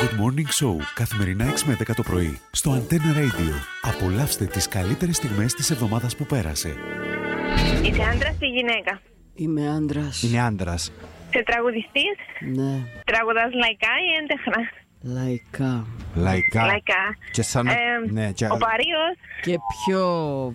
Good Morning Show, καθημερινά 6 με 10 το πρωί, στο Antenna Radio. Απολαύστε τις καλύτερες στιγμές της εβδομάδας που πέρασε. Είσαι άντρας ή γυναίκα. Είμαι άντρας. Είναι άντρας. Σε τραγουδιστής, Ναι, τραγουδάς λαϊκά ή έντεχνα. λαϊκά. Λαϊκά. Λαϊκά. Και σαν. να- Ε, ναι, και... Ο Παρίο, Και πιο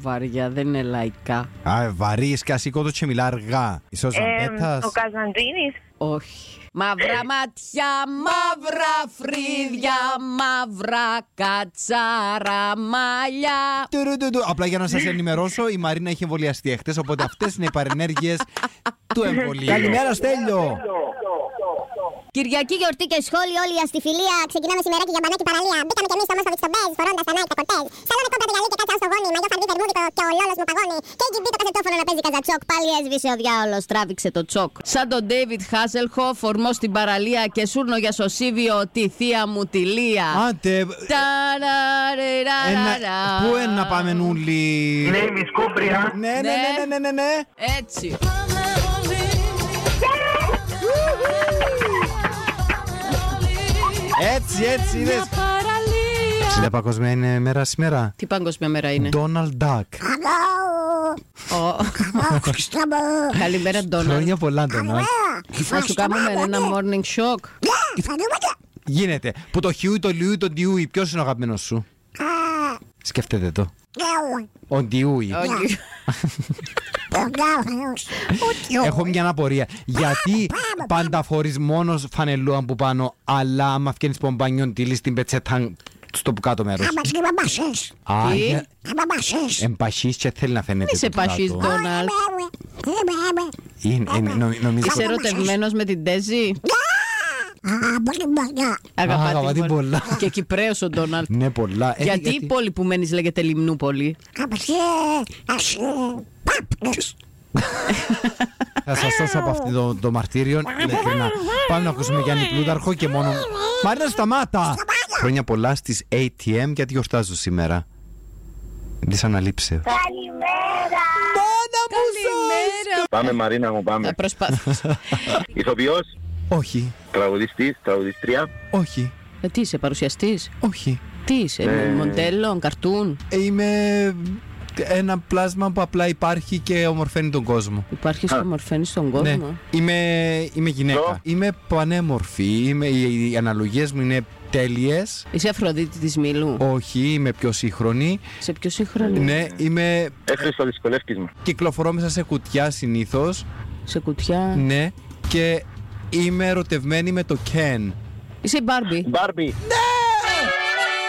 βαριά, δεν είναι λαϊκά. Α, βαρύς και ασήκωτος και μιλά αργά. Ίσως ο Μπέτας. Ε, ο Καζαντζίνη. Όχι. Μαύρα ματιά, μαύρα φρύδια, μαύρα κατσάρα μαλλιά. Τουρουντουντου. Απλά για να σας ενημερώσω, η Μαρίνα έχει εμβολιαστεί χτε, οπότε αυτές είναι οι παρενέργειες του εμβολίου. Καλημέρα, Στέλιο. Κυριακή γιορτή και σχόλοι όλοι η αστιφιλία. Ξεκινάμε σήμερα και για μπανάκι παραλία. Μπήκαμε και εμείς στο Μόσχοβιτ στο Μπέζ, φορώντας τα νάικα κορτέζ. Σαλόνι κόμπα γυαλί και κάτσα στο γόνι. Μαγιό φαρδί βερμούδικο και ο λόλος μου παγώνει. Και έχει μπει το κασετόφωνο να παίζει καζατσόκ. Πάλι έσβησε ο διάολος, τράβηξε το τσόκ. Σαν τον Ντέιβιτ Χάσελχο, φορμό στην παραλία και σούρνο για σωσίβιο τη θεία μου τη Λία. Άντε. ένα- Ταραραραραρά. Πού είναι να πάμε νουλί. Είναι η Μισκούπρια. Ναι, ναι, ναι, ναι, ναι, ναι, ναι. Έτσι. Έτσι, έτσι, είδε. Παραλία. Είναι παγκοσμία μέρα σήμερα. Τι παγκόσμια μέρα είναι. Donald Duck. Ω. Καλημέρα, Ντόναλτ. Χρόνια πολλά, Donald. Να σου κάνουμε ένα morning shock. Γίνεται. Που το Χιούι, το Λιούι, το Ντιούι. Ποιος είναι ο αγαπημένος σου. Σκεφτείτε το. Ο Ντιούι. Όχι. Έχω μια απορία. Γιατί πάντα φορείς μόνος φανελού από πάνω, αλλά άμα φκένεις πομπάνιον τη στην πετσέτα στο που κάτω μέρος. Α, Τι? είναι Ε, εμπαχή και θέλει να φαίνεται. Είσαι το που κάτω. πασχής, Ντόναλτ. Είναι- είναι- νο- Νομίζω. Είσαι ερωτευμένος με την Τέζη. Αγαπά αγαπά την πολλά. Και Κυπρέος ο Ντόναλτ. Ναι, πολλά. Ε, Γιατί η πόλη που μένεις λέγεται Λιμνούπολη. Θα σας σώσω από αυτό το, το μαρτύριο. Ειλικρινά. Πάμε να ακούσουμε Γιάννη Πλούταρχο και μόνο. Μαρίνα, σταμάτα! Χρόνια πολλά στις ATM γιατί γιορτάζω σήμερα. Τη αναλήψεω. Καλημέρα. Πάμε Μαρίνα μου, Θα πάμε. προσπάθησα. Ηθοποιός, Όχι, τραγουδιστής, τραγουδιστρία. όχι, Ε, Τι είσαι, παρουσιαστής. όχι. Ε, Τι είσαι, μοντέλο, καρτούν. Είμαι ένα πλάσμα που απλά υπάρχει και ομορφαίνει τον κόσμο. Υπάρχει στο μορφένει Ναι. στον κόσμο. Είμαι, είμαι γυναίκα. Ποιο? Είμαι πανέμορφη. Είμαι, οι, οι αναλογίες μου είναι τέλειες. Είσαι Αφροδίτη της Μήλου. Όχι, είμαι πιο σύγχρονη. Σε πιο σύγχρονη. Ναι, είμαι. Έφερε στο δυσκολεύκισμα. Κυκλοφορώ μέσα σε κουτιά συνήθως Σε κουτιά. Ναι. Και είμαι ερωτευμένη με το Ken. Είσαι η Μπάρμπι. Μπάρμπι.